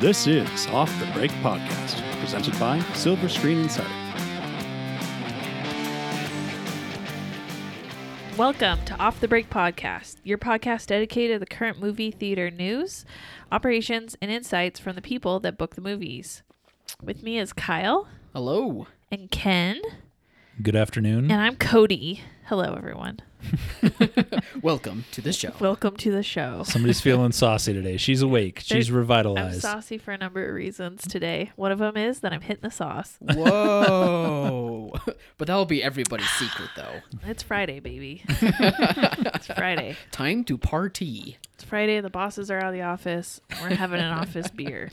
This is Off the Break Podcast, presented by Silver Screen Insider. Welcome to Off the Break Podcast, your podcast dedicated to the current movie theater news, operations, and insights from the people that book the movies. With me is Kyle Hello. and Ken, Good afternoon. and I'm Cody. Hello, everyone. Welcome to the show. Welcome to the show. Somebody's feeling saucy today. She's awake. She's There- I'm revitalized. saucy for a number of reasons today. One of them is that I'm hitting the sauce. Whoa. but that'll be everybody's secret, though. It's Friday, baby. it's Friday. Time to party. It's Friday. The bosses are out of the office. We're having an office beer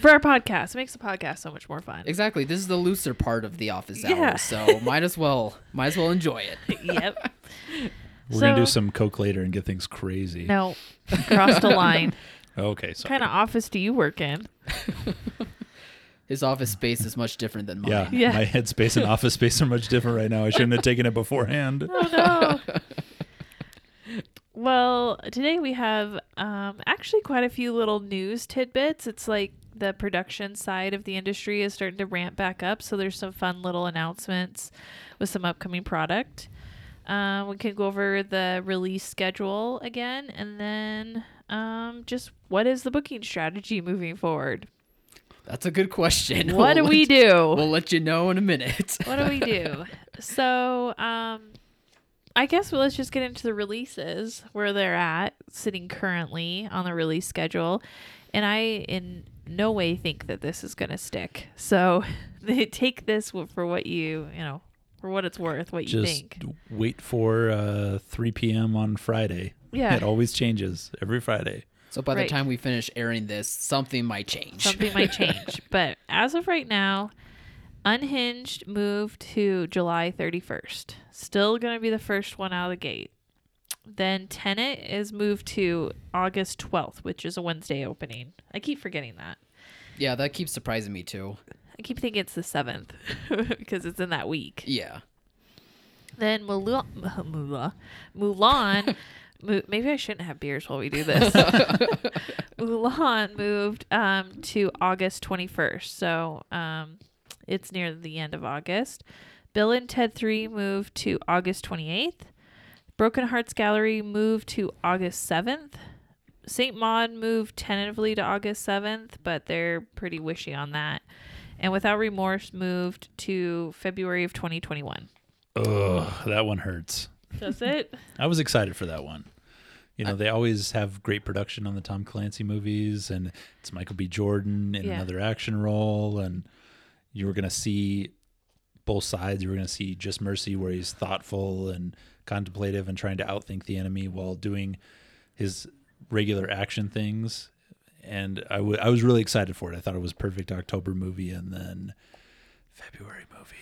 for our podcast. It makes the podcast so much more fun. Exactly. This is the looser part of the office hour, Yeah. so might as well might as well enjoy it. yep. We're gonna do So- some coke later and get things crazy. No, crossed a line. Okay, What so kind of office do you work in? His office space is much different than mine. yeah, Yeah. my headspace and office space are much different right now. I shouldn't have taken it beforehand. Oh no. well, today we have um, actually quite a few little news tidbits. It's like the production side of the industry is starting to ramp back up, so there's some fun little announcements with some upcoming product. Um, we can go over the release schedule again, and then um, just what is the booking strategy moving forward? That's a good question. What do We'll we let- do? We'll let you know in a minute. what do we do? So, um, I guess well, let's just get into the releases where they're at sitting currently on the release schedule, and I in no way think that this is gonna stick. So, take this w- for what you you know for what it's worth, what you Just think. wait for uh, 3 p.m. on Friday. Yeah. it always changes every Friday. So by Right. the time we finish airing this, something might change. Something might change, but as of right now, Unhinged moved to July 31st. Still going to be the first one out of the gate. Then Tenet is moved to August 12th, which is a Wednesday opening. I keep forgetting that. Yeah, that keeps surprising me too. I keep thinking it's the 7th because it's in that week. Yeah. Then Mulan, Mulan, Mulan mo- maybe I shouldn't have beers while we do this. Mulan moved um, to August 21st, so um, it's near the end of August. Bill and Ted 3 moved to August 28th. Broken Hearts Gallery moved to August 7th. St. Maud moved tentatively to August 7th, but they're pretty wishy on that. And Without Remorse moved to February of 2021. Ugh, that one hurts. That's it. I was excited for that one. You know, they always have great production on the Tom Clancy movies, and it's Michael B. Jordan in Yeah. another action role, and you were going to see both sides. You were going to see Just Mercy, where he's thoughtful and contemplative and trying to outthink the enemy while doing his regular action things. And I wa- I was really excited for it. I thought it was perfect October movie, and then February movie.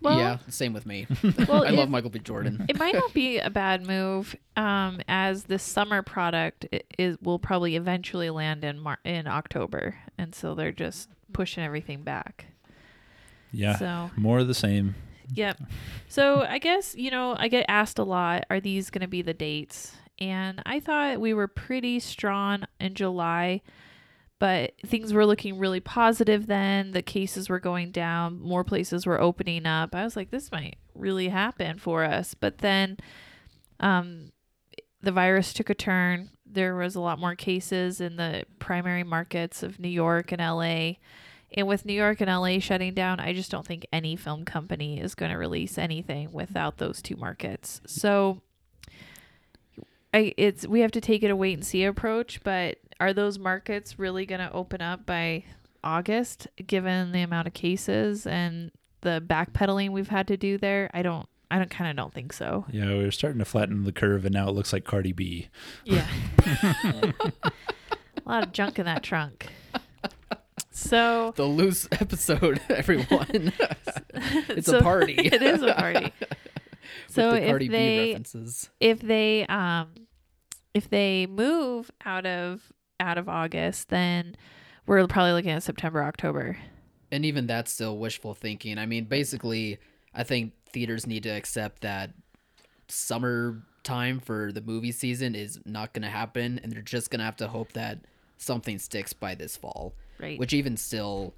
Well, yeah, same with me. well, I if- love Michael B. Jordan. it might not be a bad move, um, as this summer product i- is will probably eventually land in Mar- in October, and so they're just pushing everything back. Yeah, So- more of the same. Yep. So I guess you know I get asked a lot, are these going to be the dates? And I thought we were pretty strong in July, but things were looking really positive then. The cases were going down, more places were opening up. I was like, this might really happen for us. But then, um, the virus took a turn. There was a lot more cases in the primary markets of New York and LA. And with New York and LA shutting down, I just don't think any film company is going to release anything without those two markets. So I it's we have to take it a wait and see approach, but are those markets really going to open up by August given the amount of cases and the backpedaling we've had to do there? I don't I don't kind of don't think so. Yeah, we were starting to flatten the curve, and now it looks like Cardi B. Yeah. a lot of junk in that trunk. So the loose episode, everyone. it's so- a party. it is a party. So with the Cardi if B they references. if they um if they move out of out of August, then we're probably looking at September October. And even that's still wishful thinking. I mean, basically, I think theaters need to accept that summer time for the movie season is not going to happen, and they're just going to have to hope that something sticks by this fall. Right. Which even still,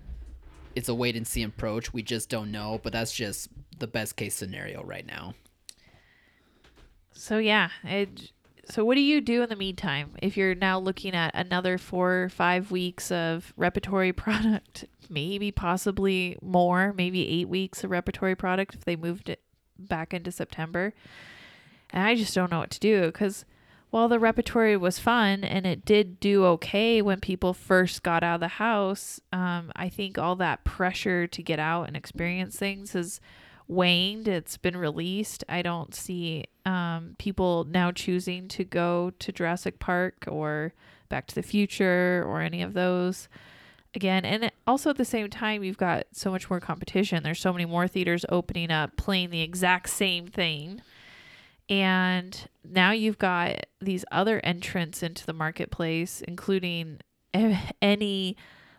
it's a wait and see approach. We just don't know, but that's just the best case scenario right now. So yeah, it, so what do you do in the meantime if you're now looking at another four or five weeks of repertory product, maybe possibly more, maybe eight weeks of repertory product if they moved it back into September? And I just don't know what to do because while the repertory was fun and it did do okay when people first got out of the house, um, I think all that pressure to get out and experience things has waned. It's been released. I don't see um, people now choosing to go to Jurassic Park or Back to the Future or any of those again. And it- also at the same time, you've got so much more competition. There's so many more theaters opening up, playing the exact same thing. And now you've got these other entrants into the marketplace, including a- any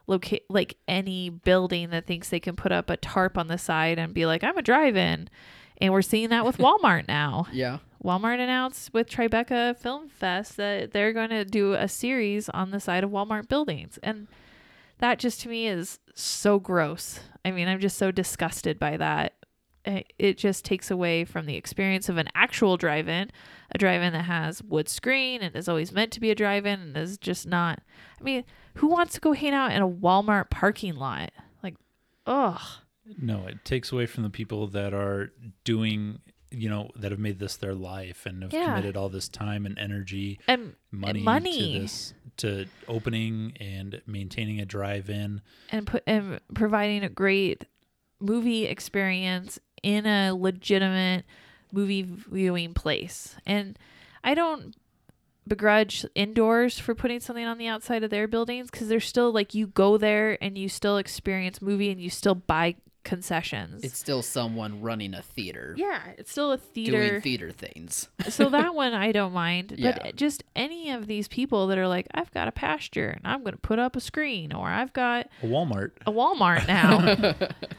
locate like any building that thinks they can put up a tarp on the side and be like, I'm a drive in. And we're seeing that with Walmart now. Yeah. Walmart announced with Tribeca Film Fest that they're going to do a series on the side of Walmart buildings. And that just to me is so gross. I mean, I'm just so disgusted by that. I- It just takes away from the experience of an actual drive in, a drive in that has wood screen and is always meant to be a drive in and is just not. I mean, who wants to go hang out in a Walmart parking lot? Like, ugh. No, it takes away from the people that are doing, you know, that have made this their life and have Yeah. committed all this time and energy, And money, money. to this, to opening and maintaining a drive-in. and put and providing a great movie experience in a legitimate movie viewing place. And I don't begrudge indoors for putting something on the outside of their buildings because they're still like you go there and you still experience movie and you still buy concessions. It's still someone running a theater, yeah, it's still a doing theater. theater things. so that one I don't mind. Yeah. But just any of these people that are like, I've got a pasture and I'm going to put up a screen or I've got A Walmart. a Walmart now.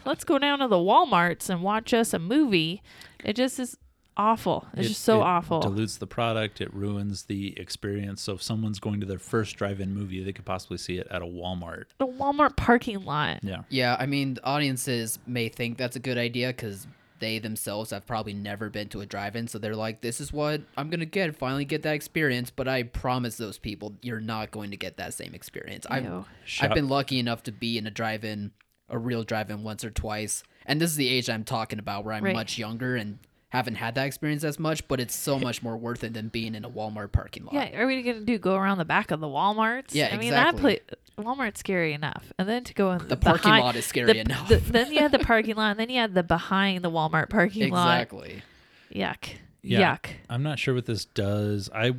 Let's go down to the Walmarts and watch us a movie. It just is awful. It's It- just so it awful. Dilutes the product. It ruins the experience. So if someone's going to their first drive-in movie, they could possibly see it at a Walmart. the Walmart parking lot. Yeah. Yeah, I mean, the audiences may think that's a good idea because they themselves have probably never been to a drive-in, so they're like, "This is what I'm gonna get. Finally, get that experience." But I promise those people, you're not going to get that same experience. I've Ew. I've Shop- been lucky enough to be in a drive-in, a real drive-in once or twice, and this is the age I'm talking about, where I'm Right. much younger and haven't had that experience as much. But it's so much more worth it than being in a Walmart parking lot. Yeah, are we gonna do go around the back of the Walmarts? Yeah, I mean exactly. that pla Walmart's scary enough, and then to go in the, parking behind- lot is scary the- enough. the- then you had the parking lot, and then you had the behind the Walmart parking exactly. lot. Yuck. Yeah. Yuck. I'm not sure what this does. I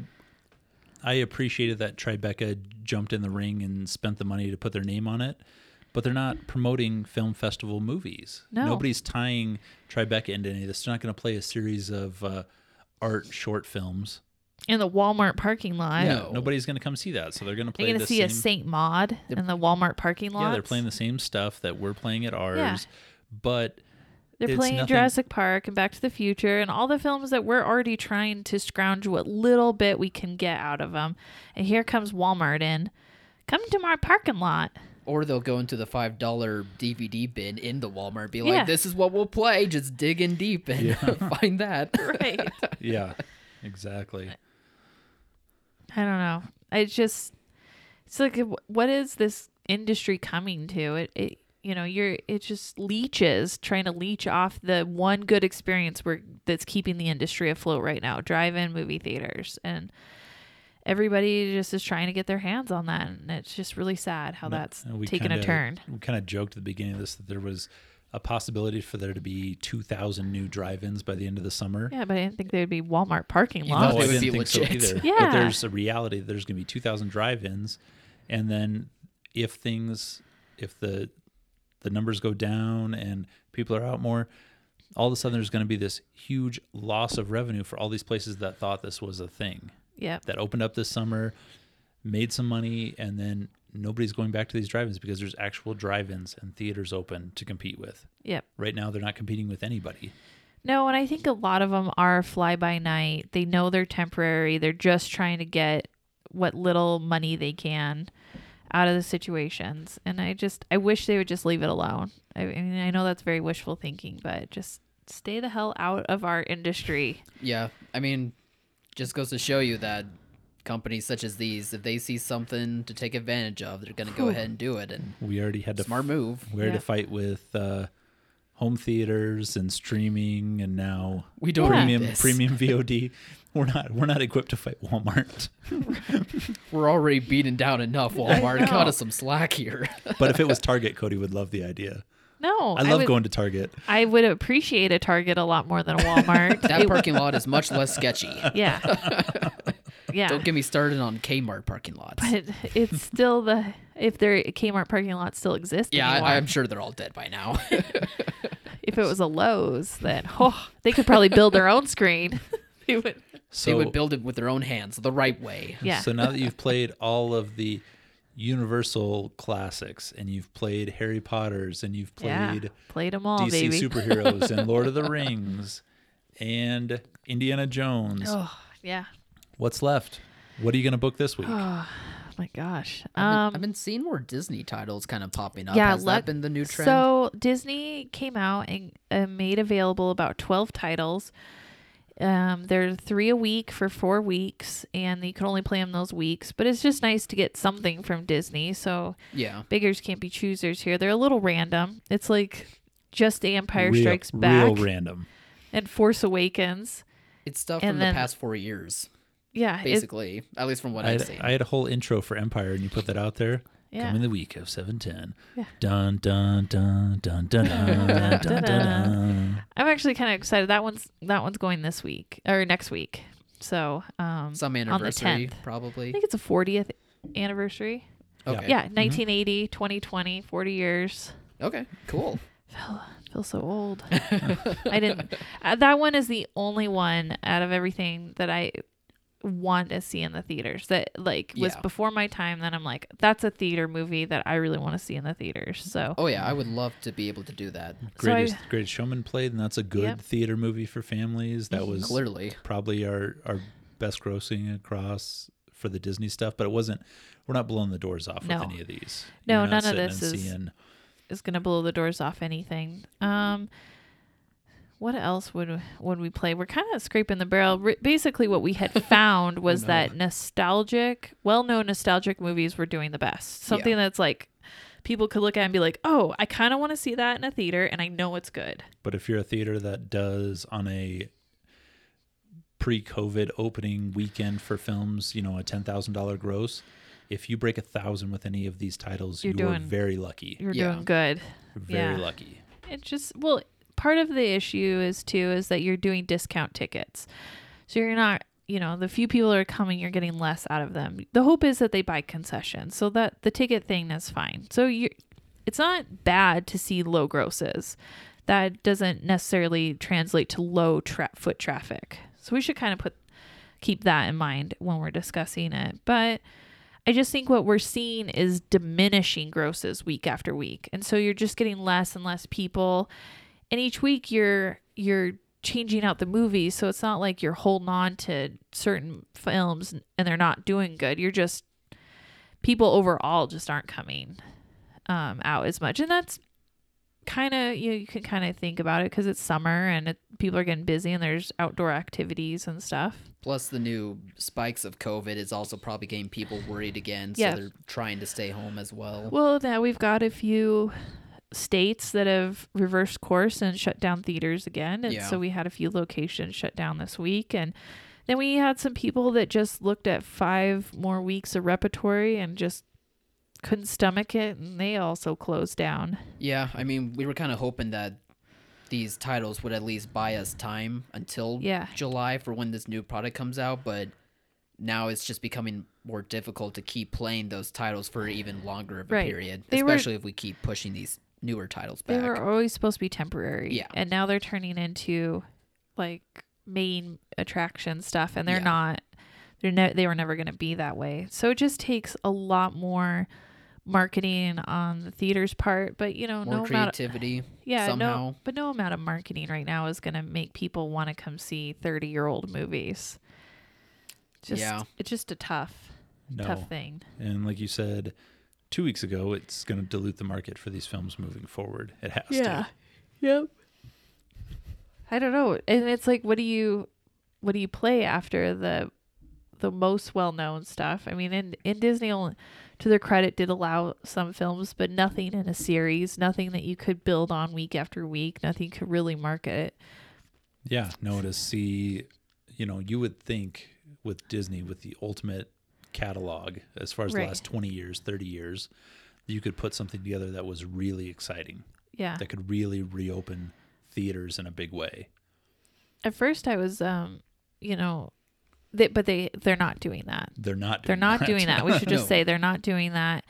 I appreciated that Tribeca jumped in the ring and spent the money to put their name on it, but they're not promoting film festival movies. No. Nobody's tying Tribeca into any of this. They're not going to play a series of uh, art short films. In the Walmart parking lot. Yeah, nobody's going to come see that. So they're going to Are play you the gonna see same. a Saint Maud in the Walmart parking lot? yeah, they're playing the same stuff that we're playing at ours, but They're It's playing nothing- Jurassic Park and Back to the Future and all the films that we're already trying to scrounge what little bit we can get out of them. And here comes Walmart in. Come to my parking lot. Or they'll go into the five dollar DVD bin in the Walmart, be like, Yeah. "This is what we'll play. Just dig in deep and find that." Right. yeah, exactly. I don't know. It's just it's like wh- what is this industry coming to? It, it you know, you're it just leeches trying to leech off the one good experience where that's keeping the industry afloat right now, drive-in movie theaters and everybody just is trying to get their hands on that and it's just really sad how that's And Uh, we taken kinda- a turn. We kind of joked at the beginning of this that there was a possibility for there to be 2,000 new drive-ins by the end of the summer. Yeah, but I didn't think there'd be Walmart parking thought No, they I lots. would didn't be think so legit. either. But Yeah. there's a reality that there's going to be 2,000 drive-ins, and then if things, if the the numbers go down and people are out more, all of a sudden there's going to be this huge loss of revenue for all these places that thought this was a thing Yep. that opened up this summer, made some money, and then nobody's going back to these drive-ins because there's actual drive-ins and theaters open to compete with. Yep. Right now, they're not competing with anybody. No, and I think a lot of them are fly by night. They know they're temporary. They're just trying to get what little money they can out of the situations. And I just I wish they would just leave it alone. I, I mean, I know that's very wishful thinking, but just stay the hell out of our industry. Yeah, I mean, just goes to show you that companies such as these, if they see something to take advantage of, they're going to go ahead and do it. And We already had to smart move. we already Yeah. fight with uh, home theaters and streaming, and now We don't Yeah. need premium this. premium VOD. We're not we're not equipped to fight Walmart. We're already beaten down enough. Walmart, know. cut us some slack here. But if it was Target, Cody would love the idea. No, I love would, going to Target. I would appreciate a Target a lot more than a Walmart. that It- parking lot is much less sketchy. yeah, yeah. Don't get me started on Kmart parking lots. but it's still the if their Kmart parking lot still exists. yeah, anymore. I, I'm sure they're all dead by now. if it was a Lowe's, then oh, they could probably build their own screen. they would. So they would build it with their own hands, the right way. Yeah. So now that you've played all of the Universal classics and you've played Harry Potter's and you've played yeah. Played them all, DC baby. superheroes and Lord of the Rings and Indiana Jones, oh yeah. what's left? What are you going to book this week? Oh my gosh. I've Um. been- I've been seeing more Disney titles kind of popping up. Yeah, Has let- that been the new trend? So Disney came out and uh, made available about 12 titles. Um, they're three a week for four weeks, and you can only play them those weeks. But it's just nice to get something from Disney. So yeah. beggars can't be choosers here. They're a little random. It's like just Empire real, Strikes Back Real random. and Force Awakens. It's stuff And from then- the past four years, Yeah, it- basically, at least from what I I've had, seen. I had a whole intro for Empire and you put that out there. Yeah. Coming the week of 710. Yeah. Dun, dun, dun, dun, dun, dun, dun, dun, dun. I'm actually kind of excited. That one's that one's going this week or next week. So um, Some on the anniversary, 10th. probably. I think it's a 40th anniversary. Okay. Yeah, 1980, 2020, 40 years. Okay. Cool. I feel so old. I didn't. Uh, that one is the only one out of everything that I want to see in the theaters that like was Yeah. before my time. Then I'm like, that's a theater movie that I really want to see in the theaters. So Oh yeah, I would love to be able to do that. So I- Greatest, greatest Showman played, and that's a good Yep. theater movie for families. That was Clearly. probably our our best grossing across for the Disney stuff, but it wasn't. We're not blowing the doors off No. with any of these. No, You're none of not sitting this and is- Seeing, is gonna blow the doors off anything. Um, what else would would we play? We're kind of scraping the barrel. R- basically, what we had found was that nostalgic, well-known nostalgic movies were doing the best. Something Yeah. that's like people could look at and be like, "Oh, I kind of want to see that in a theater, and I know it's good." but if you're a theater that does on a pre-COVID opening weekend for films, you know, a ten thousand dollar gross. If you break a thousand with any of these titles, You're you are doing- very lucky. You're Yeah. doing good. Very yeah. lucky. It just well, part of the issue is too is that you're doing discount tickets, so you're not. You know, the few people that are coming, you're getting less out of them. The hope is that they buy concessions, so that the ticket thing is fine. So you, it's not bad to see low grosses. That doesn't necessarily translate to low tra- foot traffic. So we should kind of put keep that in mind when we're discussing it. But I just think what we're seeing is diminishing grosses week after week. And so you're just getting less and less people. And each week you're you're changing out the movies, so it's not like you're holding on to certain films and they're not doing good. You're just people overall just aren't coming um, out as much. And that's kind of you, know, you can kind of think about it because it's summer and it, people are getting busy and there's outdoor activities and stuff. Plus, the new spikes of COVID is also probably getting people worried again, so Yeah. they're trying to stay home as well. Well, now we've got a few states that have reversed course and shut down theaters again. And Yeah. so we had a few locations shut down this week. And then we had some people that just looked at five more weeks of repertory and just couldn't stomach it. And they also closed down. Yeah, I mean, we were kind of hoping that these titles would at least buy us time until Yeah. July for when this new product comes out, but now it's just becoming more difficult to keep playing those titles for even longer of a Right. period, They were- especially if we keep pushing these newer titles They back. were always supposed to be temporary. Yeah. And now they're turning into like main attraction stuff and they're Yeah. not they're ne- they were never going to be that way. So it just takes a lot more marketing on the theater's part, but you know, more no amount of, creativity yeah, somehow. no but no amount of marketing right now is going to make people want to come see 30-year-old movies. Just Yeah. it's just a tough No. tough thing. And like you said two weeks ago, it's going to dilute the market for these films moving forward. It has to. Yep. I don't know. And it's like what do you what do you play after the the most well known stuff? I mean in in Disney only- to their credit did allow some films, but nothing in a series, nothing that you could build on week after week, nothing could really market. Yeah. No, to see, you know, you would think with Disney, with the ultimate catalog, as far as Right. the last 20 years, 30 years, you could put something together that was really exciting, Yeah. that could really reopen theaters in a big way. At first I was um, you know, they, but they they're not doing that. They're not. They're not doing that. We should just No. say they're not doing that.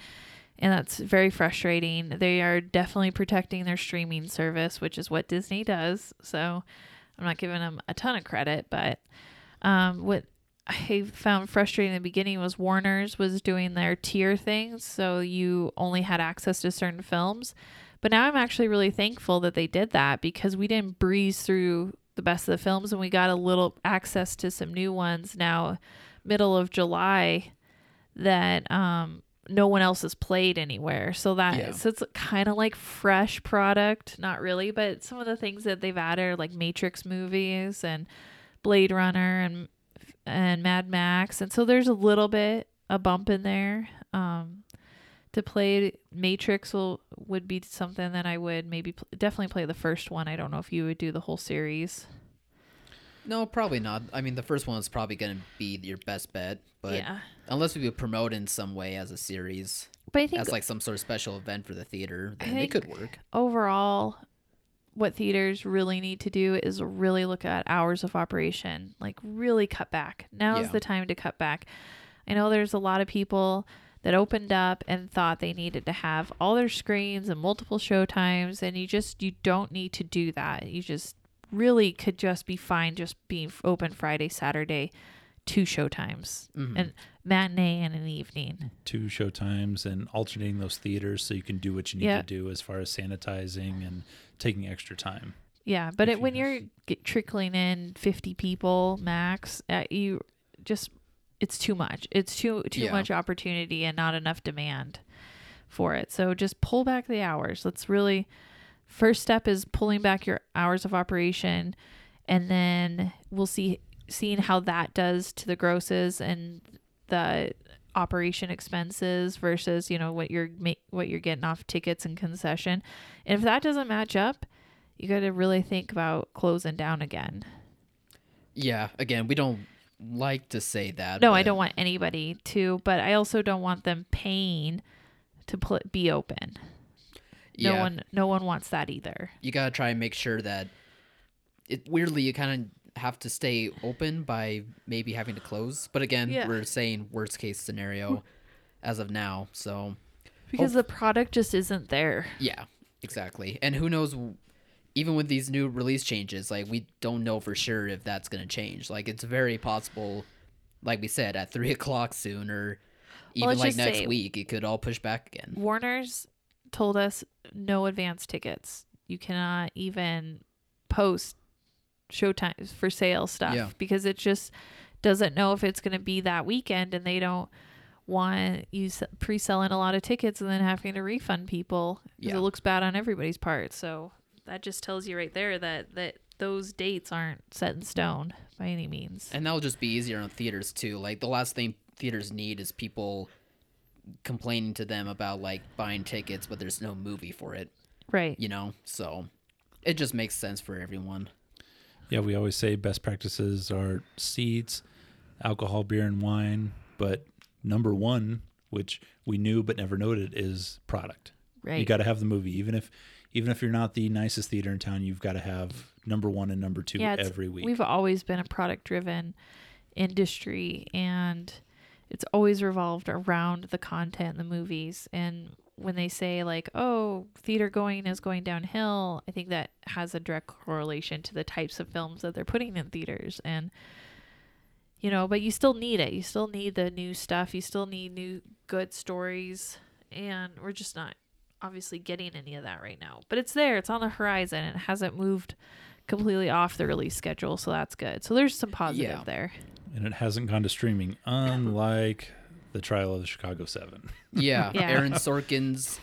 And that's very frustrating. They are definitely protecting their streaming service, which is what Disney does. So I'm not giving them a ton of credit, but um, what I found frustrating in the beginning was Warner's was doing their tier things, so you only had access to certain films. But now I'm actually really thankful that they did that because we didn't breeze through the best of the films and we got a little access to some new ones now middle of July that um no one else has played anywhere. So that Yeah. so it's kind of like fresh product, not really, but some of the things that they've added are like Matrix movies and Blade Runner and and Mad Max, and so there's a little bit a bump in there. Um, to play Matrix will would be something that I would maybe pl- definitely play the first one. I don't know if you would do the whole series. No, probably not. I mean, the first one is probably going to be your best bet, but yeah, unless we would promote in some way as a series, but I think as like some sort of special event for the theater, I then it could think- work. overall what theaters really need to do is really look at hours of operation like really cut back now is Yeah. the time to cut back i know there's a lot of people that opened up and thought they needed to have all their screens and multiple show times and you just you don't need to do that you just really could just be fine just being f- open friday saturday two show times and matinee and an evening two show times and alternating those theaters so you can do what you need Yeah. to do as far as sanitizing and taking extra time. Yeah, but if it, you when have- you're get trickling in 50 people max, uh, you just it's too much. It's too too Yeah. much opportunity and not enough demand for it. So just pull back the hours. Let's really first step is pulling back your hours of operation and then we'll see seeing how that does to the grosses and the operation expenses versus you know what you're ma- what you're getting off tickets and concession and if that doesn't match up you got to really think about closing down again Yeah, again, we don't like to say that. no i but don't want anybody to but i also don't want them paying to pl- be open no yeah, one no one wants that either You got to try and make sure that it weirdly you kind of have to stay open by maybe having to close. But again, Yeah. we're saying worst case scenario as of now. So, because the product just isn't there yeah, exactly. And who knows w- even with these new release changes, like we don't know for sure if that's going to change. Like it's very possible, like we said, at three o'clock soon or even let's like just next say- week, it could all push back again. Warner's told us no advance tickets. You cannot even post showtimes for sale stuff Yeah. because it just doesn't know if it's going to be that weekend and they don't want you s- pre-selling a lot of tickets and then having to refund people because Yeah. it looks bad on everybody's part. So that just tells you right there that that those dates aren't set in stone by any means. And that'll just be easier on theaters too. Like the last thing theaters need is people complaining to them about like buying tickets, but there's no movie for it, right. you know? So it just makes sense for everyone. Yeah, we always say best practices are seeds, alcohol, beer, and wine. But number one, which we knew but never noted, is product. You Right. got to have the movie, even if even if you're not the nicest theater in town. You've got to have number one and number two it's- every week. We've always been a product driven industry and it's always revolved around the content, the movies. And when they say, like, oh, theater going is going downhill, I think that has a direct correlation to the types of films that they're putting in theaters. And, you know, but you still need it. You still need the new stuff. You still need new good stories. And we're just not obviously getting any of that right now. But it's there, it's on the horizon. It hasn't moved completely off the release schedule, so that's good. So there's some positive Yeah. there. and it hasn't gone to streaming, unlike the trial of the Chicago Seven. Yeah, Yeah. Aaron Sorkin's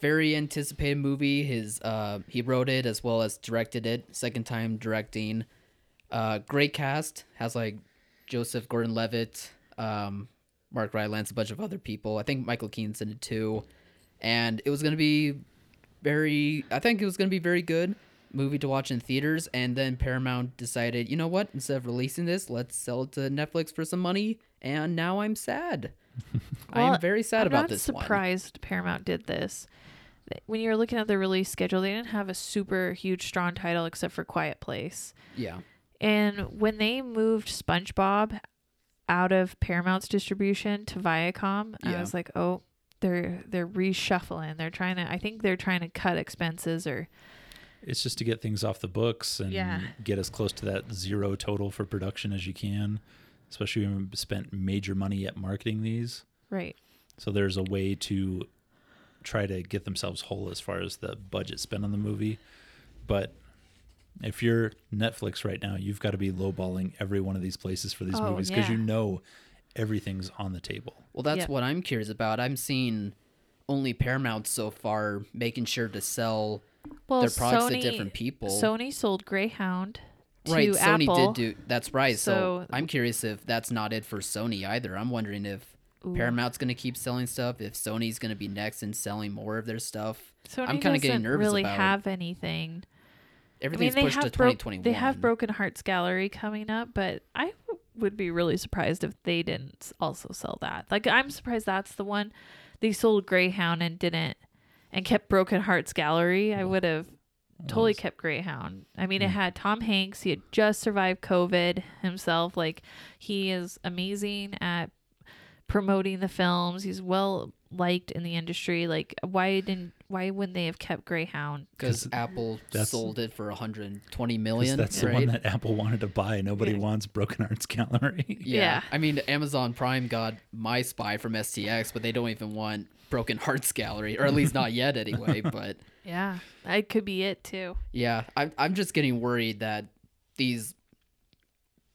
very anticipated movie. His uh, he wrote it as well as directed it. Second time directing. Uh, great cast has like Joseph Gordon-Levitt, um, Mark Rylance, a bunch of other people. I think Michael Keane's in it too, and it was gonna be very. I think it was gonna be very good movie to watch in theaters. And then Paramount decided, you know what? Instead of releasing this, let's sell it to Netflix for some money. And now I'm sad. I Well, am very sad I'm about not this one. surprised Paramount did this. Th- When you were looking at the release schedule, they didn't have a super huge strong title except for Quiet Place. Yeah. And when they moved SpongeBob out of Paramount's distribution to Viacom, I Yeah. was like, "Oh, they're they're reshuffling. They're trying to I think they're trying to cut expenses or It's just to get things off the books and Yeah. get as close to that zero total for production as you can, especially when we spent major money at marketing these. right. So there's a way to try to get themselves whole as far as the budget spent on the movie. But if you're Netflix right now, you've got to be lowballing every one of these places for these Oh, movies because you yeah. know everything's on the table. Well, that's Yeah. what I'm curious about. I'm seeing only Paramount so far making sure to sell Well, their products Sony, to different people. Sony sold Greyhound to right, Sony Apple. did do that's right. So- So, I'm curious if that's not it for Sony either. I'm wondering if Paramount's going to keep selling stuff, if Sony's going to be next and selling more of their stuff. Sony I'm kind of doesn't getting nervous really about have anything. I mean, everything's they pushed to have, broke. 2021. they have Broken Hearts Gallery coming up, but I w- would be really surprised if they didn't s- also sell that. Like, I'm surprised that's the one they sold Greyhound and didn't, and kept Broken Hearts Gallery. Mm. I would have totally kept Greyhound. I mean, it had Tom Hanks. He had just survived COVID himself. Like, he is amazing at promoting the films. He's well liked in the industry. Like, why didn't why wouldn't they have kept Greyhound? because Apple that's- sold it for 120 'Cause million. That's the right? one that Apple wanted to buy. Nobody wants Broken Arts Gallery. Yeah. Yeah. I mean, Amazon Prime got My Spy from STX, but they don't even want Broken Hearts Gallery, or at least not yet anyway. But Yeah, that could be it too. yeah, I'm, I'm just getting worried that these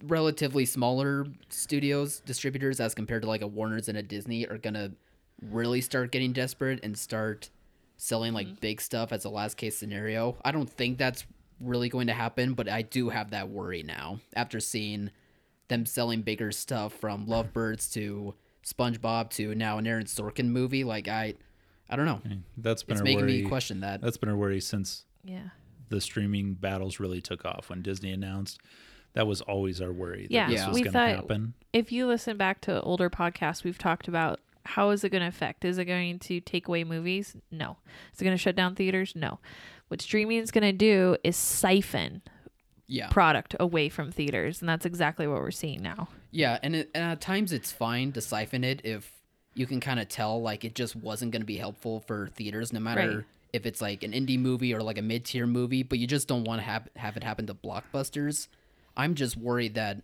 relatively smaller studios, distributors, as compared to like a Warner's and a Disney, are going to really start getting desperate and start selling like big stuff as a last case scenario. I don't think that's really going to happen, but I do have that worry now after seeing them selling bigger stuff from Lovebirds to SpongeBob to now an Aaron Sorkin movie. Like, I. I don't know. That's been It's our making worry. me question that. That's been our worry since Yeah. the streaming battles really took off when Disney announced. That was always our worry. That Yeah, this Yeah. was we going to thought- happen. If you listen back to older podcasts, we've talked about how is it going to affect? Is it going to take away movies? No. Is it going to shut down theaters? No. What streaming is going to do is siphon Yeah. product away from theaters, and that's exactly what we're seeing now. Yeah, and, it, and at times it's fine to siphon it if you can kind of tell like it just wasn't going to be helpful for theaters, no matter Right. if it's like an indie movie or like a mid tier movie. But you just don't want to have have it happen to blockbusters. I'm just worried that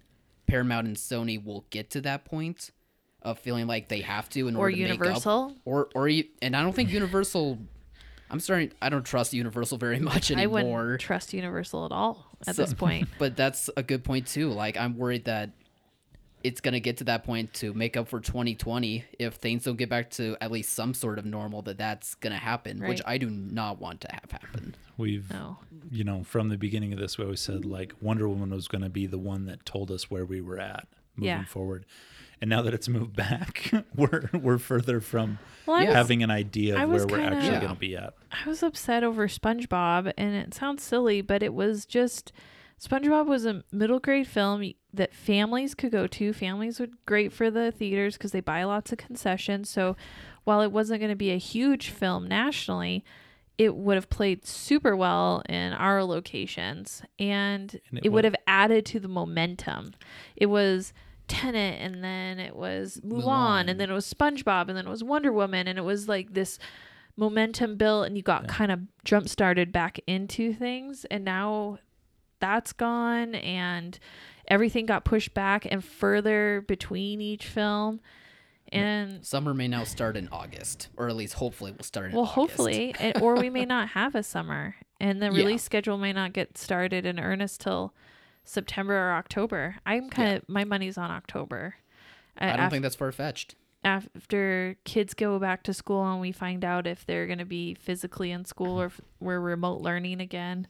Paramount and Sony will get to that point of feeling like they have to in Or order to make Universal. up. Or or e- and I don't think Universal. I'm starting. I don't trust Universal very much I wouldn't anymore. trust Universal at all at So- this point. But that's a good point too. Like I'm worried that it's gonna get to that point to make up for 2020 if things don't get back to at least some sort of normal. That that's gonna happen, which Right. I do not want to have happen. We've, No. you know, from the beginning of this, we always Mm-hmm. said like Wonder Woman was going to be the one that told us where we were at moving Yeah. forward. And now that it's moved back, we're we're further from Well, I Yeah. was- having an idea I of was where we're kinda- actually Yeah. going to be at. I was upset over SpongeBob, and it sounds silly, but it was just SpongeBob was a middle grade film that families could go to. Families were great for the theaters because they buy lots of concessions. So while it wasn't going to be a huge film nationally, it would have played super well in our locations, and, And it it would would. have added to the momentum. It was. Tenet, and then it was Mulan, Mulan. and then it was SpongeBob, and then it was Wonder Woman, and it was like this momentum built and you got kind of jump started back into things and now that's gone and everything got pushed back and further between each film and Summer may now start in August, or at least hopefully will start in. well August. hopefully and, or we may not have a summer and the Yeah. release schedule may not get started in earnest till september or october i'm kind of my money's on october I don't Af- think that's far fetched. after kids go back to school and we find out if they're going to be physically in school or if we're remote learning again.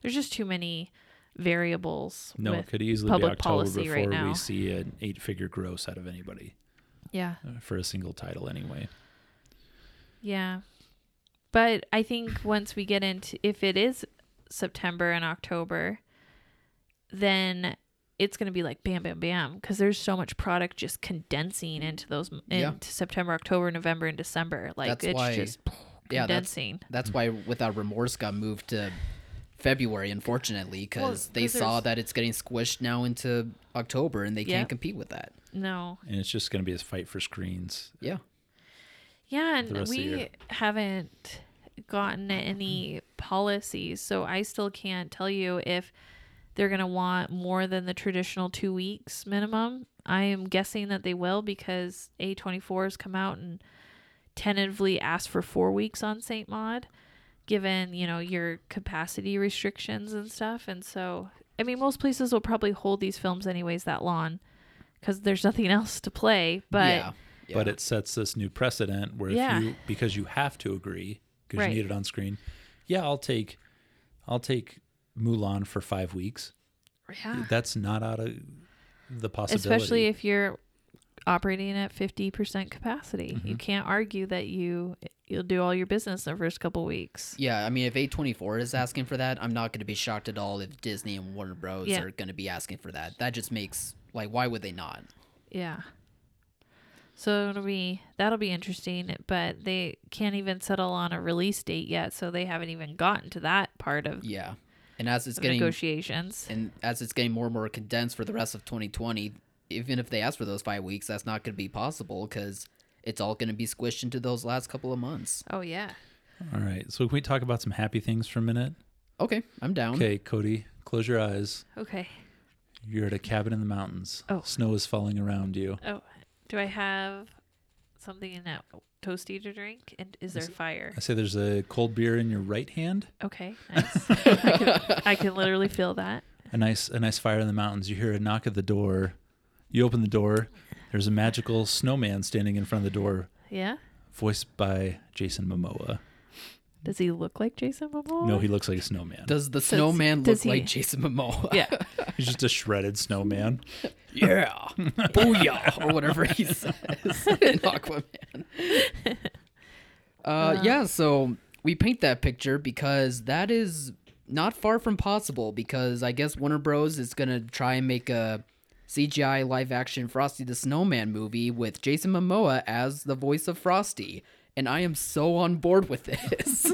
There's just too many variables. No, it with, could easily be public October policy before right now. we see an eight-figure gross out of anybody yeah, uh, for a single title, anyway. yeah. But I think once we get into if it is September and October, then it's going to be like bam, bam, bam because there's so much product just condensing into those into Yeah. September, October, November, and December. Like That's it's why- just Yeah, that's condensing. that's why Without Remorse got moved to February, unfortunately, because Well, they 'cause saw there's- that it's getting squished now into October, and they Yeah. can't compete with that. no, And it's just going to be a fight for screens. Yeah, Yeah, the and rest of the we year. haven't gotten any policies, so I still can't tell you if they're going to want more than the traditional two weeks minimum. I am guessing that they will because A24 has come out and tentatively asked for four weeks on St. Maud, given, you know, your capacity restrictions and stuff. And so, I mean, most places will probably hold these films anyways that long because there's nothing else to play. But yeah, yeah. But it sets this new precedent where if Yeah. you because you have to agree because Right. you need it on screen. Yeah, I'll take, I'll take Mulan for five weeks. yeah. That's not out of the possibility. Ah. especially if you're operating at 50% capacity you can't argue that you you'll do all your business in the first couple weeks Yeah, I mean, if A24 is asking for that, I'm not going to be shocked at all if Disney and Warner Bros. Yeah. are going to be asking for that. That just makes, like, why would they not? yeah so it'll be that'll be interesting but they can't even settle on a release date yet so they haven't even gotten to that part of Yeah. And as it's the getting negotiations and as it's getting more and more condensed for the rest of 2020, even if they ask for those five weeks, that's not going to be possible because it's all going to be squished into those last couple of months. oh yeah all right. So can we talk about some happy things for a minute? Okay, I'm down. Okay, Cody, close your eyes. okay You're at a cabin in the mountains. Oh. Snow is falling around you. oh do i have something in that toasty to drink and is there fire I say there's a cold beer in your right hand, okay nice I, can, I can literally feel that a nice a nice fire in the mountains. You hear a knock at the door. You open the door. There's a magical snowman standing in front of the door, yeah voiced by Jason Momoa. Does he look like Jason Momoa? No, he looks like a snowman. Does the he- snowman look does he- like Jason Momoa? Yeah. He's just a shredded snowman. yeah. Booyah. Or whatever he says in Aquaman. Uh, yeah, so we paint that picture because that is not far from possible because I guess Warner Bros. is going to try and make a CGI live action Frosty the Snowman movie with Jason Momoa as the voice of Frosty. And I am so on board with this.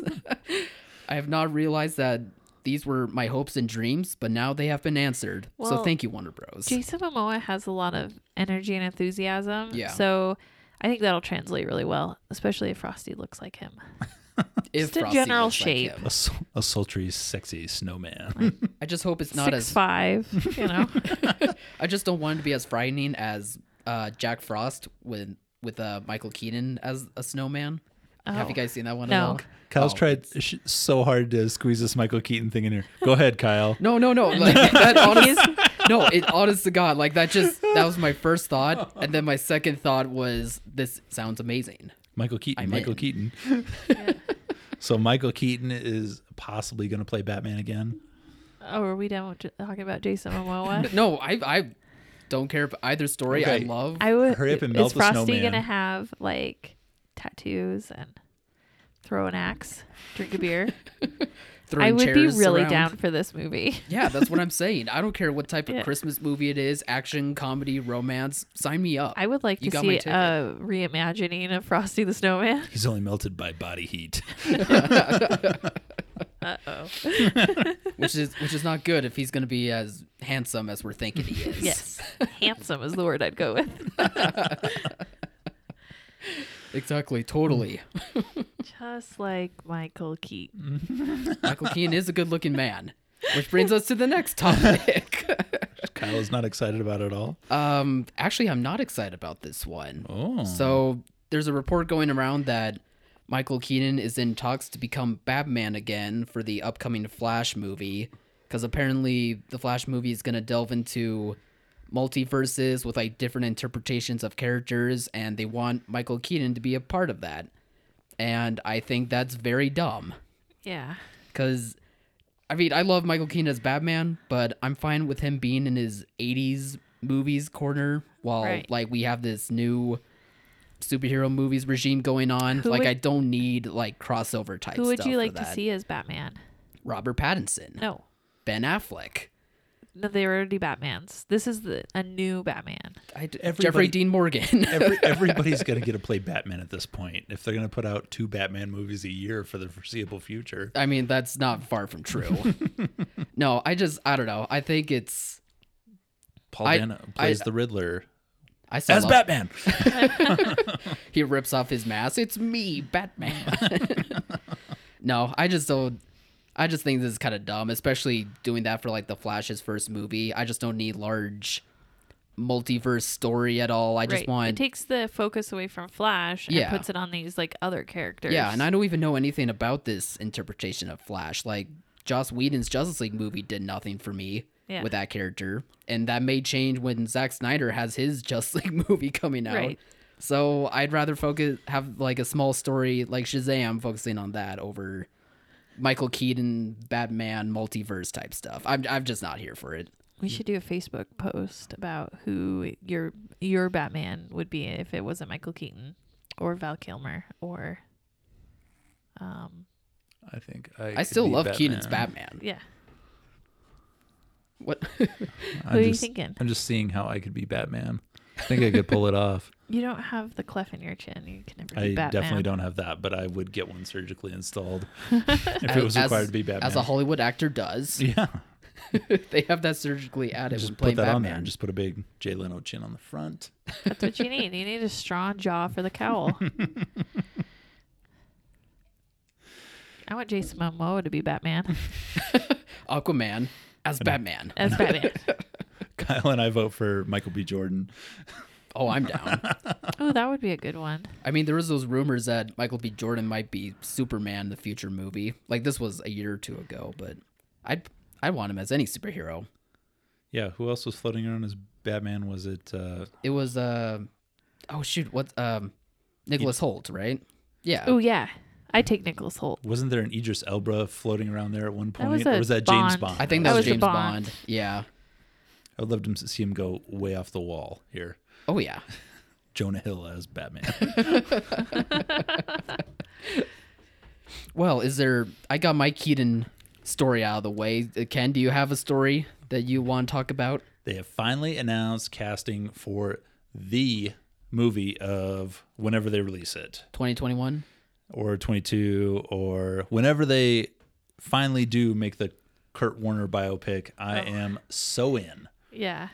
I have not realized that these were my hopes and dreams, but now they have been answered. so Well, thank you, Warner Bros. Jason Momoa has a lot of energy and enthusiasm. Yeah. So I think that'll translate really well, especially if Frosty looks like him. if Just a Frosty general looks like shape. A, him. s- a sultry, sexy snowman. I just hope it's not Six as. five, you know. I just don't want it to be as frightening as uh, Jack Frost with with uh, Michael Keaton as a snowman. Have Oh. you guys seen that one? No. At all? Kyle's Oh, tried sh- so hard to squeeze this Michael Keaton thing in here. Go ahead, Kyle. No, no, no. Like that honest, no, it honest to God. Like that just that was my first thought. And then my second thought was this sounds amazing. Michael Keaton. I'm Michael in. Keaton. so Michael Keaton is possibly going to play Batman again. oh, are we done with j- talking about Jason Momoa? No, I I don't care if either story Okay. I love. I would. Hurry up and melt is the Frosty snowman. gonna have like tattoos and throw an axe, drink a beer? I throwing would be chairs really around. down for this movie. Yeah, that's what I'm saying. I don't care what type of Yeah. Christmas movie it is, action, comedy, romance. Sign me up. I would like You to got my see ticket. a reimagining of Frosty the Snowman. He's only melted by body heat. Uh oh. which is which is not good if he's going to be as handsome as we're thinking he is. Yes. Handsome is the word I'd go with. exactly, totally. Just like Michael Keaton. Michael Keaton is a good-looking man, which brings us to the next topic. Kyle is not excited about it at all. um, actually, I'm not excited about this one. Oh. So there's a report going around that Michael Keaton is in talks to become Batman again for the upcoming Flash movie because apparently the Flash movie is going to delve into multiverses with like different interpretations of characters, and they want Michael Keaton to be a part of that. And I think that's very dumb Yeah. because I mean, I love Michael Keaton as Batman, but I'm fine with him being in his 80s movies corner while Right. like we have this new superhero movies regime going on. Who like would- I don't need like crossover type Who would stuff you for like to that. see Oh. as Batman? Robert Pattinson, No. Ben Affleck. No, they were already Batmans. This is the, a new Batman. I d- Everybody- Jeffrey Dean Morgan. Every, everybody's going to get to play Batman at this point. If they're going to put out two Batman movies a year for the foreseeable future, I mean, that's not far from true. no, I just I don't know. I think it's Paul I- Dano plays I- the Riddler I still as love- Batman. he rips off his mask. It's me, Batman. no, I just don't. I just think this is kind of dumb, especially doing that for like the Flash's first movie. I just don't need large multiverse story at all. I just right. want it takes the focus away from Flash Yeah. and puts it on these like other characters. yeah, and I don't even know anything about this interpretation of Flash. Like Joss Whedon's Justice League movie did nothing for me Yeah. with that character, and that may change when Zack Snyder has his Justice League movie coming out. Right. So I'd rather focus have like a small story like Shazam focusing on that over Michael Keaton Batman multiverse type stuff. I'm I'm just not here for it. we should do a Facebook post about who your your Batman would be if it wasn't Michael Keaton or Val Kilmer or um I think I, I could still be love Keaton's Batman. yeah. What I'm Who are you just- thinking? I'm just seeing how I could be Batman. I think I could pull it off. You don't have the clef in your chin. You can never I be Batman. definitely don't have that, but I would get one surgically installed if it As- was as- required to be Batman. as a Hollywood actor does, yeah, they have that surgically added when just playing put that Batman. on there and just put a big Jay Leno chin on the front. That's what you need. You need a strong jaw for the cowl. I want Jason Momoa to be Batman Aquaman as Batman. as Batman. Kyle and I vote for Michael B. Jordan. Oh, I'm down. oh, that would be a good one. I mean, there was those rumors that Michael B. Jordan might be Superman, the future movie. Like this was a year or two ago, but I'd I want him as any superhero. Yeah, who else was floating around as Batman? Was it uh, It was uh, oh shoot, what um, Nicholas Holt, right? Yeah, Oh yeah, I take Nicholas Holt. wasn't there an Idris Elba floating around there at one That point, was or a was that James Bond. Bond? I think That that, was, was the James Bond. Bond. Yeah. I would love to see him go way off the wall here. Oh yeah. Jonah Hill as Batman. Well, is there? I got my Keaton story out of the way. Uh, Ken, do you have a story that you want to talk about? they have finally announced casting for the movie of whenever they release it, 2021. or 22, or whenever they finally do make the Kurt Warner biopic. I am so in. Yeah,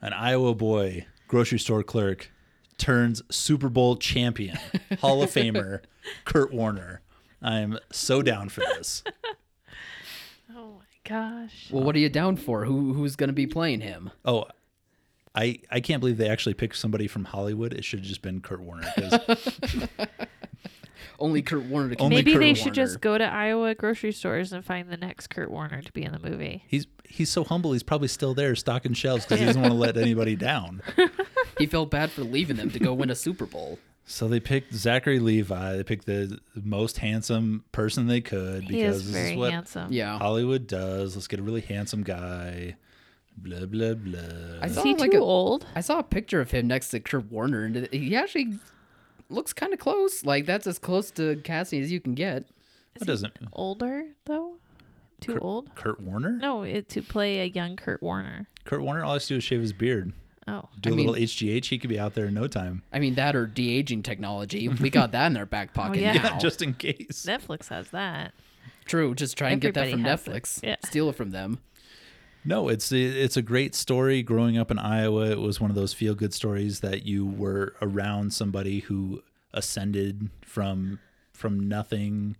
An Iowa boy, grocery store clerk, turns Super Bowl champion, Hall of Famer, Kurt Warner. I am so down for this. Oh my gosh. Well, what are you down for? Who who's gonna be playing him? Oh, I I can't believe they actually picked somebody from Hollywood. It should have just been Kurt Warner because Only Kurt Warner. Can Only Maybe Kurt they Warner. should just go to Iowa grocery stores and find the next Kurt Warner to be in the movie. he's he's so humble. He's probably still there stocking shelves because he doesn't want to let anybody down. he felt bad for leaving them to go win a Super Bowl. So they picked Zachary Levi. They picked the most handsome person they could He is because this very is what handsome. Yeah. Hollywood does. Let's get a really handsome guy. Blah blah blah. I Is saw he like too a, old? I saw a picture of him next to Kurt Warner, and he actually looks kind of close. Like that's as close to casting as you can get. That doesn't Older though? Too old? Kurt Warner. No, it, to play a young Kurt Warner. Kurt Warner. All he has to do is shave his beard. Oh, Do I a little mean- HGH. He could be out there in no time. I mean, that or de aging technology. We got that in our back pocket Oh, yeah. now. Ow. Just in case. Netflix has that. True. Just try and get that from Everybody has it. Netflix. Yeah. Steal it from them. No, it's it's a great story. Growing up in Iowa, it was one of those feel good stories that you were around somebody who ascended from from nothing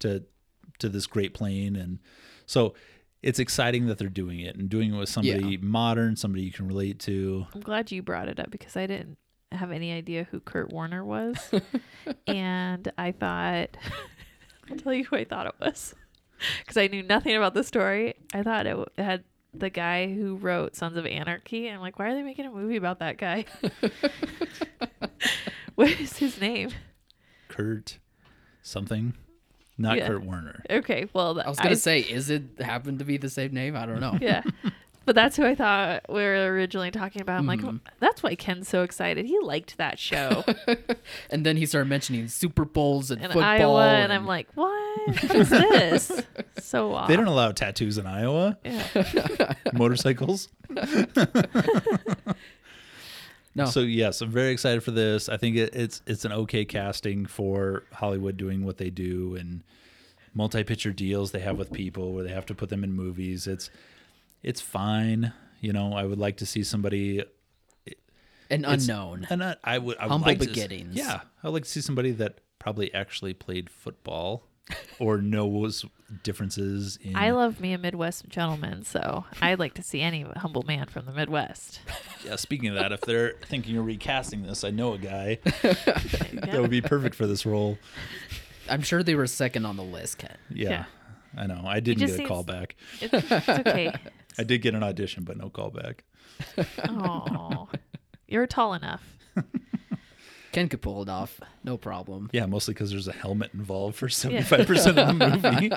to to this great plane, and so it's exciting that they're doing it and doing it with somebody Yeah. modern, somebody you can relate to. I'm glad you brought it up because I didn't have any idea who Kurt Warner was. and I thought, I'll tell you who I thought it was because I knew nothing about the story. I thought it w- had the guy who wrote Sons of Anarchy. I'm like, why are they making a movie about that guy? what is his name? Kurt something. Not Yeah. Kurt Werner. Okay, well, I was gonna say, is it happened to be the same name? I don't know. yeah. But that's who I thought we were originally talking about. I'm like, Mm-hmm. "Oh, that's why Ken's so excited. He liked that show and then he started mentioning Super Bowls and, in football. Iowa, and I'm like, what? What is this? so off. They don't allow tattoos in Iowa. Yeah. Motorcycles. no, So yes, I'm very excited for this. I think it, it's it's an okay casting for Hollywood doing what they do and multi-picture deals they have with people where they have to put them in movies. It's it's fine. You know, I would like to see somebody an it's- unknown. And I, I would I would Humble like to s- beginnings. yeah, I'd like to see somebody that probably actually played football or knows differences in I love me a Midwest gentleman, so I'd like to see any humble man from the Midwest. Yeah, speaking of that, if they're thinking of recasting this, I know a guy that Yeah. would be perfect for this role. I'm sure they were second on the list, Ken. Yeah. Yeah. I know. I didn't get a just seems- call back. It's, it's okay. I did get an audition, but no callback. Oh, you're tall enough. Ken could pull it off, no problem. Yeah, mostly because there's a helmet involved for 75% of the movie.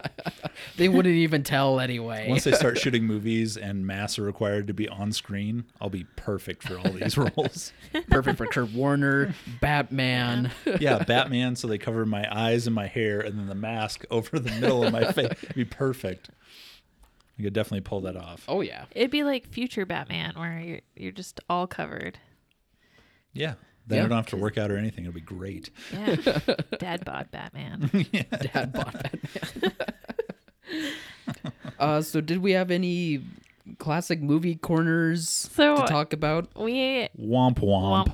They wouldn't even tell anyway. Once they start shooting movies and masks are required to be on screen, I'll be perfect for all these roles. Perfect for Kurt Warner, Batman. Yeah, Batman, so they cover my eyes and my hair, and then the mask over the middle of my face. It'd be perfect. I could definitely pull that off. Oh yeah, It'd be like future Batman, where you're you're just all covered. Yeah. Then I Yeah. don't have to work out or anything. It'll be great. Yeah, dad bod Batman. Dad bought Batman. uh, so did we have any classic movie corners So- to talk about? We Womp womp.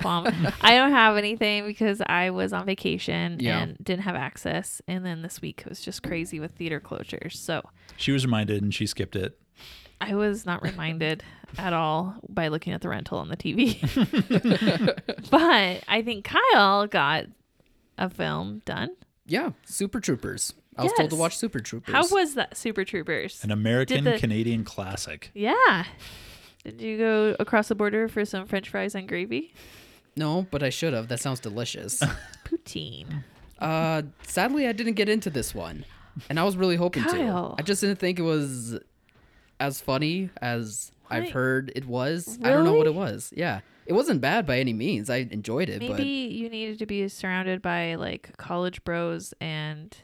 womp womp. I don't have anything because I was on vacation Yeah. and didn't have access. And then this week was just crazy with theater closures, so She was reminded and she skipped it. I was not reminded at all by looking at the rental on the TV. but I think Kyle got a film done. Yeah, Super Troopers. I was told to Yes. watch Super Troopers. How was that Super Troopers? An American the- Canadian classic. Yeah. Did you go across the border for some french fries and gravy? no, but I should have. That sounds delicious. Poutine. uh, sadly, I didn't get into this one, and I was really hoping Kyle. to. I just didn't think it was as funny as I've What? heard it was. I don't know what Really? it was. Yeah, it wasn't bad by any means. I enjoyed it, Maybe you needed to be surrounded by like college bros and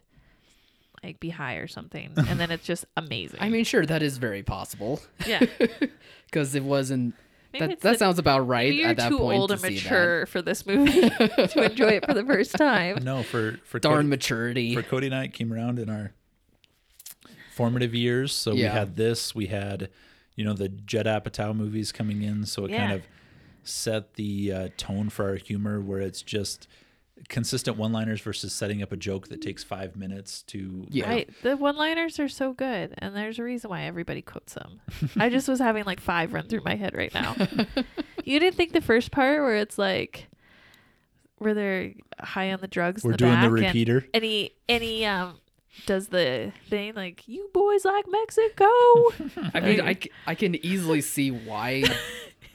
like be high or something. And then it's just amazing. but I mean, sure, that is very possible. yeah. because it wasn't. Maybe That, it's that the- sounds about right Maybe you're at that too point old to and see that. mature for this movie to enjoy it for the first time. No, for for Darn Cody, maturity. for Cody and I it came around in our formative years. So we Yeah. had this. We had, you know, the Judd Apatow movies coming in. So it kind Yeah. of set the uh, tone for our humor, where it's just consistent one-liners versus setting up a joke that takes five minutes to Yeah. Right. The one liners are so good, and there's a reason why everybody quotes them. I just was having like five run through my head right now. you didn't think the first part where it's like, where they're high on the drugs. in We're doing the back and- repeater. And, he, and he, um, does the thing like, you boys like Mexico. Oh I mean, I, c- I can easily see why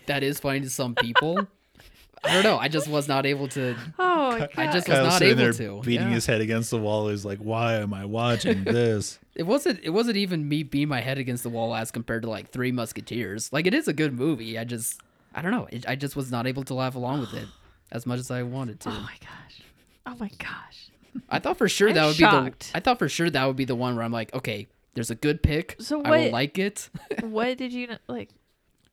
that is funny to some people. I don't know. I just was not able to. oh, my God. I just was Kyle's not sitting able there to. beating Yeah. his head against the wall. He's like, "Why am I watching this?" It wasn't. It wasn't even me beating my head against the wall as compared to like Three Musketeers. Like it is a good movie. I just. I don't know. It, I just was not able to laugh along with it as much as I wanted Oh, to. my gosh. Oh, my gosh. I thought for sure I'm that would shocked. be the. I thought for sure that would be the one where I'm like, okay, there's a good pick. So I will what- like it. What did you, not- like,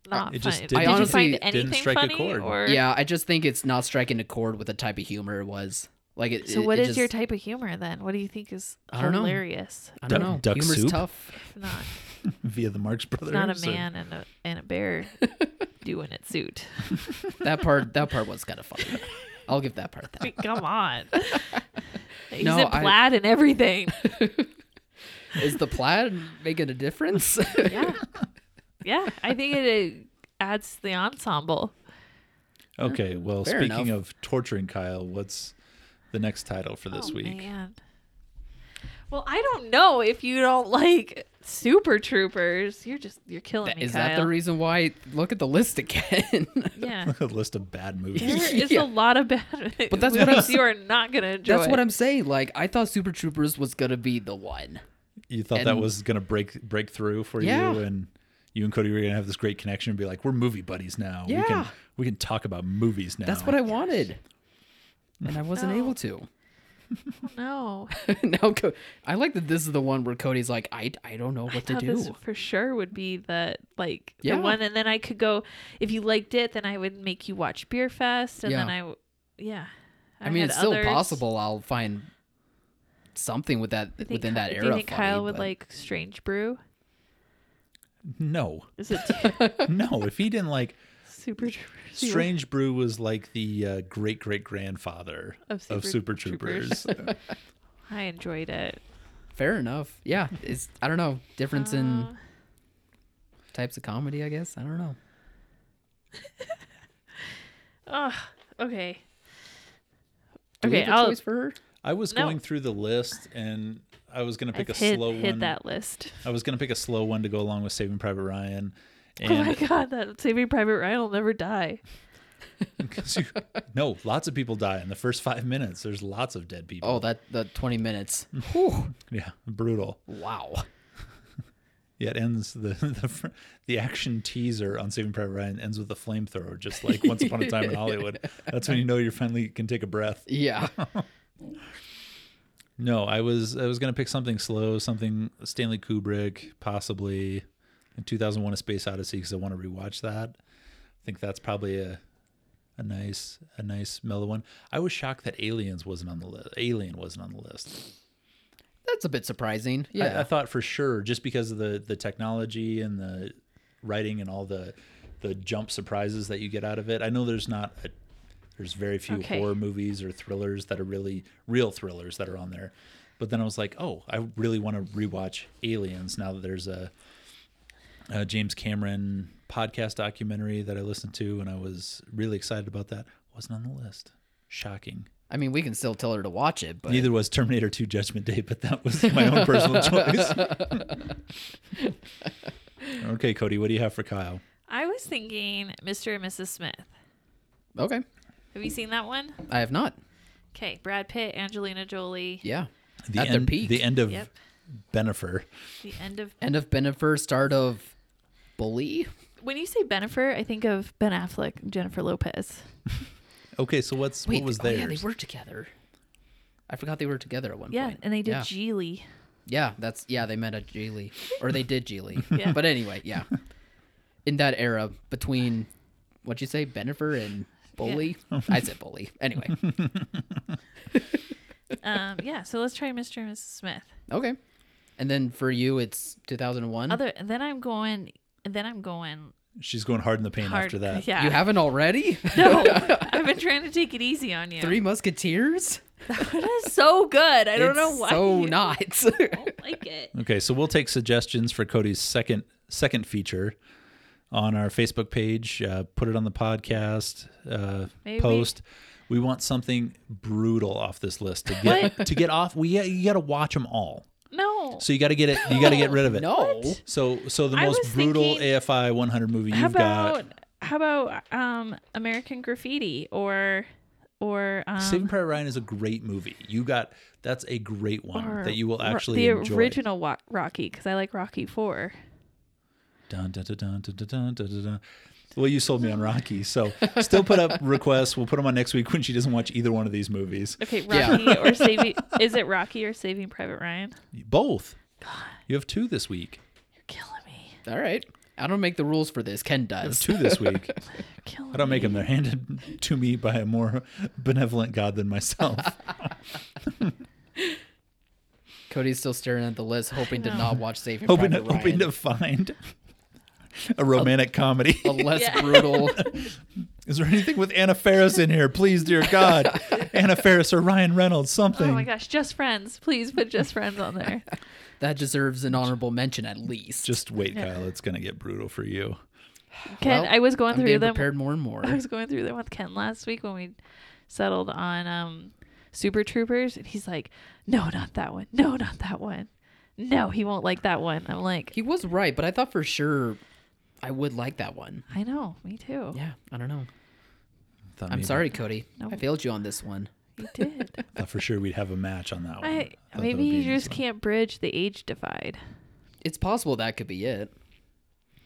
not find? it just did didn't- I you honestly find didn't anything strike a funny? chord. Or? Yeah, I just think it's not striking a chord with the type of humor it was. Like it. So it- what it is your just- type of humor then? What do you think is I don't know. hilarious? I don't Duck- know. duck Humor's soup? tough. If not, Via the Marx Brothers. it's not a or- man and a and a bear doing it suit. That part. That part was kind of funny. I'll give that part. I That. mean, come on. He's No, in I- plaid and everything. Is the plaid making a difference? Yeah, yeah. I think it uh, adds to the ensemble. Okay, well, Fair speaking enough. of torturing Kyle, what's the next title for this oh, week? Man. Oh, Well, I don't know if you don't like Super Troopers. You're just you're killing me, Is Kyle. that the reason why? Look at the list again. Yeah. a list of bad There movies. is Yeah. a lot of bad. But that's what I'm movies You are not gonna enjoy. That's what I'm saying. Like I thought Super Troopers was gonna be the one. You thought that And- was gonna break break through for Yeah. you, and you and Cody were gonna have this great connection and be like, "We're movie buddies now. We can Yeah. we can talk about movies now." That's what I wanted, Oh and I wasn't No. able to. No, now, Co- I like that this is the one where Cody's like, I, I don't know what to thought do. this for sure would be the like Yeah. the one, and then I could go. If you liked it, then I would make you watch Beer Fest, and then Yeah. I, w- yeah. I mean, had it's still others. possible. I'll find something with that Do you think within Ky- that era. Do you think funny, Kyle would but- like Strange Brew? No, Is it no. if he didn't like Super Troopers? You- Strange Brew, was like the uh, great great grandfather Of of Super Super, Troopers. I enjoyed it. Fair enough. Yeah, it's I don't know difference in Uh, types of comedy. I guess I don't know. oh, okay. Do we Okay, have a I'll- choice for her. I was No. going through the list, and I was gonna pick I've a hid, slow hid one. that list. I was gonna pick a slow one to go along with Saving Private Ryan. And oh my god, that Saving Private Ryan will never die. 'Cause you- no, lots of people die in the first five minutes. There's lots of dead people. Oh, that the twenty minutes. Whew. yeah, brutal. Wow. Yeah, it ends the the fr- the action teaser on Saving Private Ryan ends with a flamethrower, just like Once Upon a Time in Hollywood. That's when you know you finally can take a breath. Yeah. No, I was I was gonna pick something slow, something Stanley Kubrick, possibly in 2001: A Space Odyssey, because I want to rewatch that. I think that's probably a a nice a nice mellow one. I was shocked that Aliens wasn't on the list. Alien wasn't on the list. That's a bit surprising. I- Yeah. I, thought for sure just because of the the technology and the writing and all the the jump surprises that you get out of it. I know there's not a there's very few Okay. horror movies or thrillers that are really real thrillers that are on there. But then I was like, oh, I really want to rewatch Aliens now that there's a, a James Cameron podcast documentary that I listened to and I was really excited about that. Wasn't on the list. Shocking. I mean, we can still tell her to watch it, but Neither was Terminator 2 Judgment Day, but that was my own personal choice. okay, Cody, what do you have for Kyle? I was thinking Mr. and Mrs. Smith. okay. Have you seen that one? I have not. Okay, Brad Pitt, Angelina Jolie, Yeah. The At end, their peak. The end of Yep. Benefer. the end of. End of Benifer, start of Bully. When you say Benifer, I think of Ben Affleck, and Jennifer Lopez. Okay, so what's what was oh, there? yeah, they were together. I forgot they were together at one Yeah, point. and they did Yeah. Geely. Yeah, that's yeah. They met at Geely, or they did Geely. Yeah. But anyway, yeah. In that era between what'd you say, Benifer and Bully? I said Bully. Anyway, Um, yeah, so let's try Mr. and Mrs. Smith. okay. And then for you, it's 2001. Other, and then I'm going. And then I'm going She's going hard in the paint hard. after that. yeah. You haven't already? no, I've been trying to take it easy on you. Three Musketeers? That is so good. I don't It's know why. So you not. don't like it. Okay, so we'll take suggestions for Cody's second second feature on our Facebook page. Uh, put it on the podcast uh, Maybe. post. We want something brutal off this list to What? get to get off. We you got to watch them all. No. So you got to get it. You got to get rid of it. no. So, so the I most was brutal thinking- AFI 100 movie how you've about got. how about um American Graffiti or or um Saving Private Ryan is a great movie. You got that's a great one or that you will Ro- actually the enjoy. original Wa- Rocky because I like Rocky Four. Dun, dun, dun, dun, dun, dun, dun, dun, dun. Well, you sold me on Rocky, so still put up requests. We'll put them on next week when she doesn't watch either one of these movies. Okay, Yeah. Rocky or Saving is it Rocky or Saving Private Ryan? Both. You have two this week. You're killing me. All right. I don't make the rules for this. Ken You have does. two this week. You're killing I don't make me. them. They're handed to me by a more benevolent God than myself. Cody's still staring at the list, hoping to know. not watch Saving hoping to, Private hoping to Ryan. find Oh. a romantic comedy. A less Yeah. brutal. Is there anything with Anna Faris in here? Please, dear God, Anna Faris or Ryan Reynolds, something. Oh my gosh, just friends. Please put just friends on there. That deserves an honorable mention at least. Just wait, Yeah. Kyle. It's gonna get brutal for you. Ken, Well, I was going I'm through getting them prepared more and more. I was going through them with Ken last week when we settled on um Super Troopers, and he's like, no, not that one. No, not that one. No, he won't like that one. I'm like, He was right, but I thought for sure I would like that one. I know, me too. Yeah, I don't know. Thought I'm maybe- sorry, Cody. No. I failed you on this one. He did. Thought for sure we'd have a match on that one. I Thought that maybe would be you an just easy one. can't bridge the age divide. It's possible that could be it.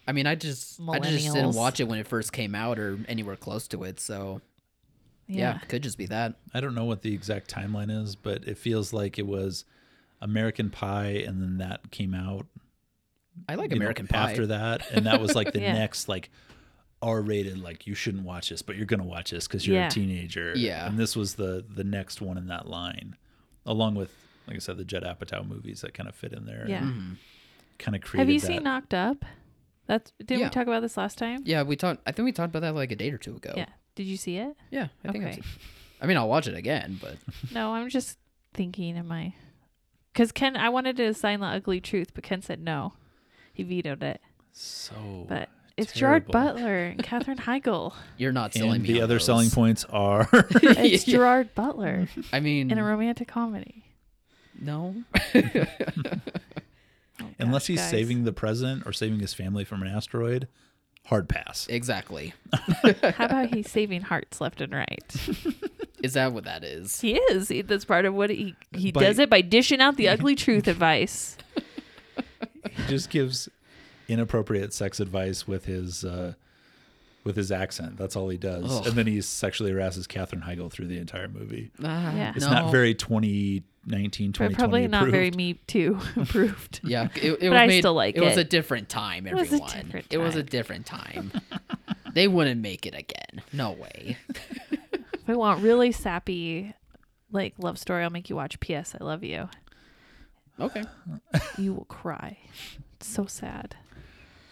I mean, I just I just didn't Millennials. watch it when it first came out or anywhere close to it, so yeah, Yeah. it could just be that. I don't know what the exact timeline is, but it feels like it was American Pie, and then that came out I like you know, American Pie. after that, and that was like the Yeah. next like R-rated. Like you shouldn't watch this, but you're gonna watch this because you're Yeah. a teenager. Yeah. and this was the the next one in that line, along with like I said, the Judd Apatow movies that kind of fit in there. Yeah. kind of created. Have you Mm, that. seen Knocked Up? That's didn't Yeah. we talk about this last time? Yeah, we talked. I think we talked about that like a date or two ago. Yeah. Did you see it? yeah. I think. I've Okay. seen- I mean, I'll watch it again, but No, I'm just thinking in my because Ken, I wanted to assign the ugly truth, but Ken said no. He vetoed it. So, uh, But it's Gerard terrible. Butler and Katherine Heigl. you're not selling and me. the on other those. selling points are It's Gerard Butler I mean, in a romantic comedy. no. Oh, gosh, unless he's guys. saving the president or saving his family from an asteroid, hard pass. Exactly. How about he's saving hearts left and right? Is that what that is? He is. He- that's part of what he he By- does it by dishing out the ugly truth advice. He just gives inappropriate sex advice with his uh, with his accent. That's all he does. Ugh. And then he sexually harasses Katherine Heigl through the entire movie. Ah, Yeah. It's no. not very 2019, But 2020 probably not approved. very me too approved. Yeah, it, it was But I made, still like It it. was a different time, was a everyone. different It was a time. different time. they wouldn't make it again. No way. If I want really sappy like love story, I'll make you watch PS I Love You. Okay. You will cry. It's so sad.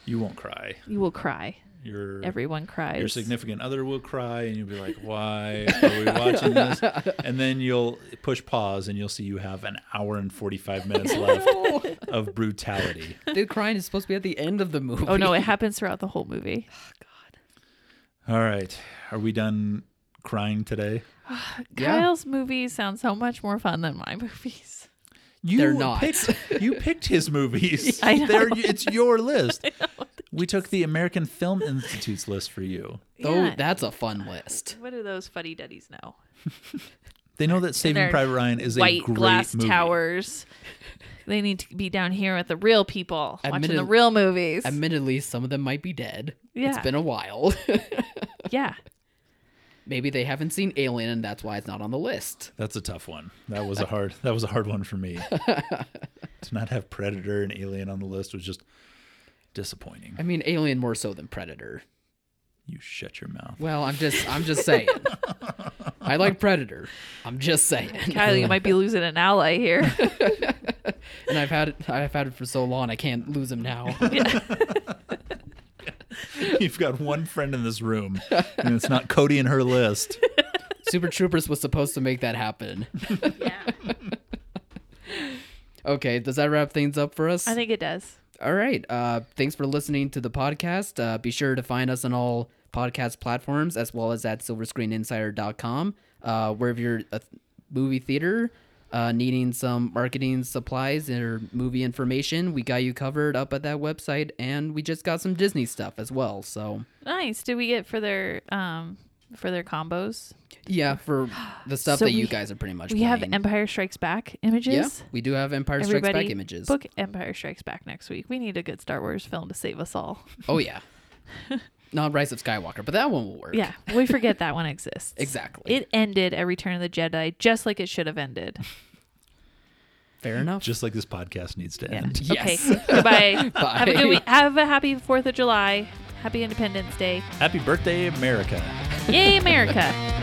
You won't cry. You will cry. You're Everyone cries. your significant other will cry and you'll be like why are we watching this and then you'll push pause and you'll see you have an hour and 45 minutes left of brutality the crying is supposed to be at the end of the movie. Oh no, it happens throughout the whole movie. all right are we done crying today Yeah. Kyle's movies sound so much more fun than my movies. you They're not. picked, you picked his movies I know. They're- it's your list we took the american film institute's list for you Though Yeah. that's a fun list. What do those fuddy duddies know? they know that saving they're private ryan is a White great glass movie. towers. They need to be down here with the real people, watching the Admitted- real movies. Admittedly, some of them might be dead. It's Yeah. been a while. yeah. Maybe they haven't seen Alien and that's why it's not on the list. That's a tough one. That was a hard. That was a hard one for me. to not have Predator and Alien on the list was just disappointing. I mean, Alien more so than Predator. You shut your mouth. Well, I'm just I'm just saying. I like Predator. I'm just saying. Kyle, you might be losing an ally here. And I've had it I've had it for so long I can't lose him now. You've got one friend in this room, and it's not Cody and her list. Super Troopers was supposed to make that happen. yeah. Okay, does that wrap things up for us? I think it does. All right. Uh, thanks for listening to the podcast. Uh, be sure to find us on all podcast platforms as well as at silverscreeninsider.com. Uh, wherever you're a th- movie theater uh, needing some marketing supplies or movie information, we got you covered up at that website. And we just got some Disney stuff as well. So, Nice. Did we get for their um for their combos? yeah, for the stuff So that you we- guys are pretty much We have playing. Empire Strikes Back Yeah, images. we do have Empire Strikes Everybody Back images. book Empire Strikes Back next week. We need a good Star Wars film to save us all. Oh, yeah. Not Rise of Skywalker, but that one will work. Yeah, we forget that one exists. Exactly. It ended at Return of the Jedi just like it should have ended. Fair enough. Just like this podcast needs to Yeah. end. Yes. Okay. Goodbye. Bye. Have a good week. Have a happy 4th of July. Happy Independence Day. Happy birthday, America. Yay, America.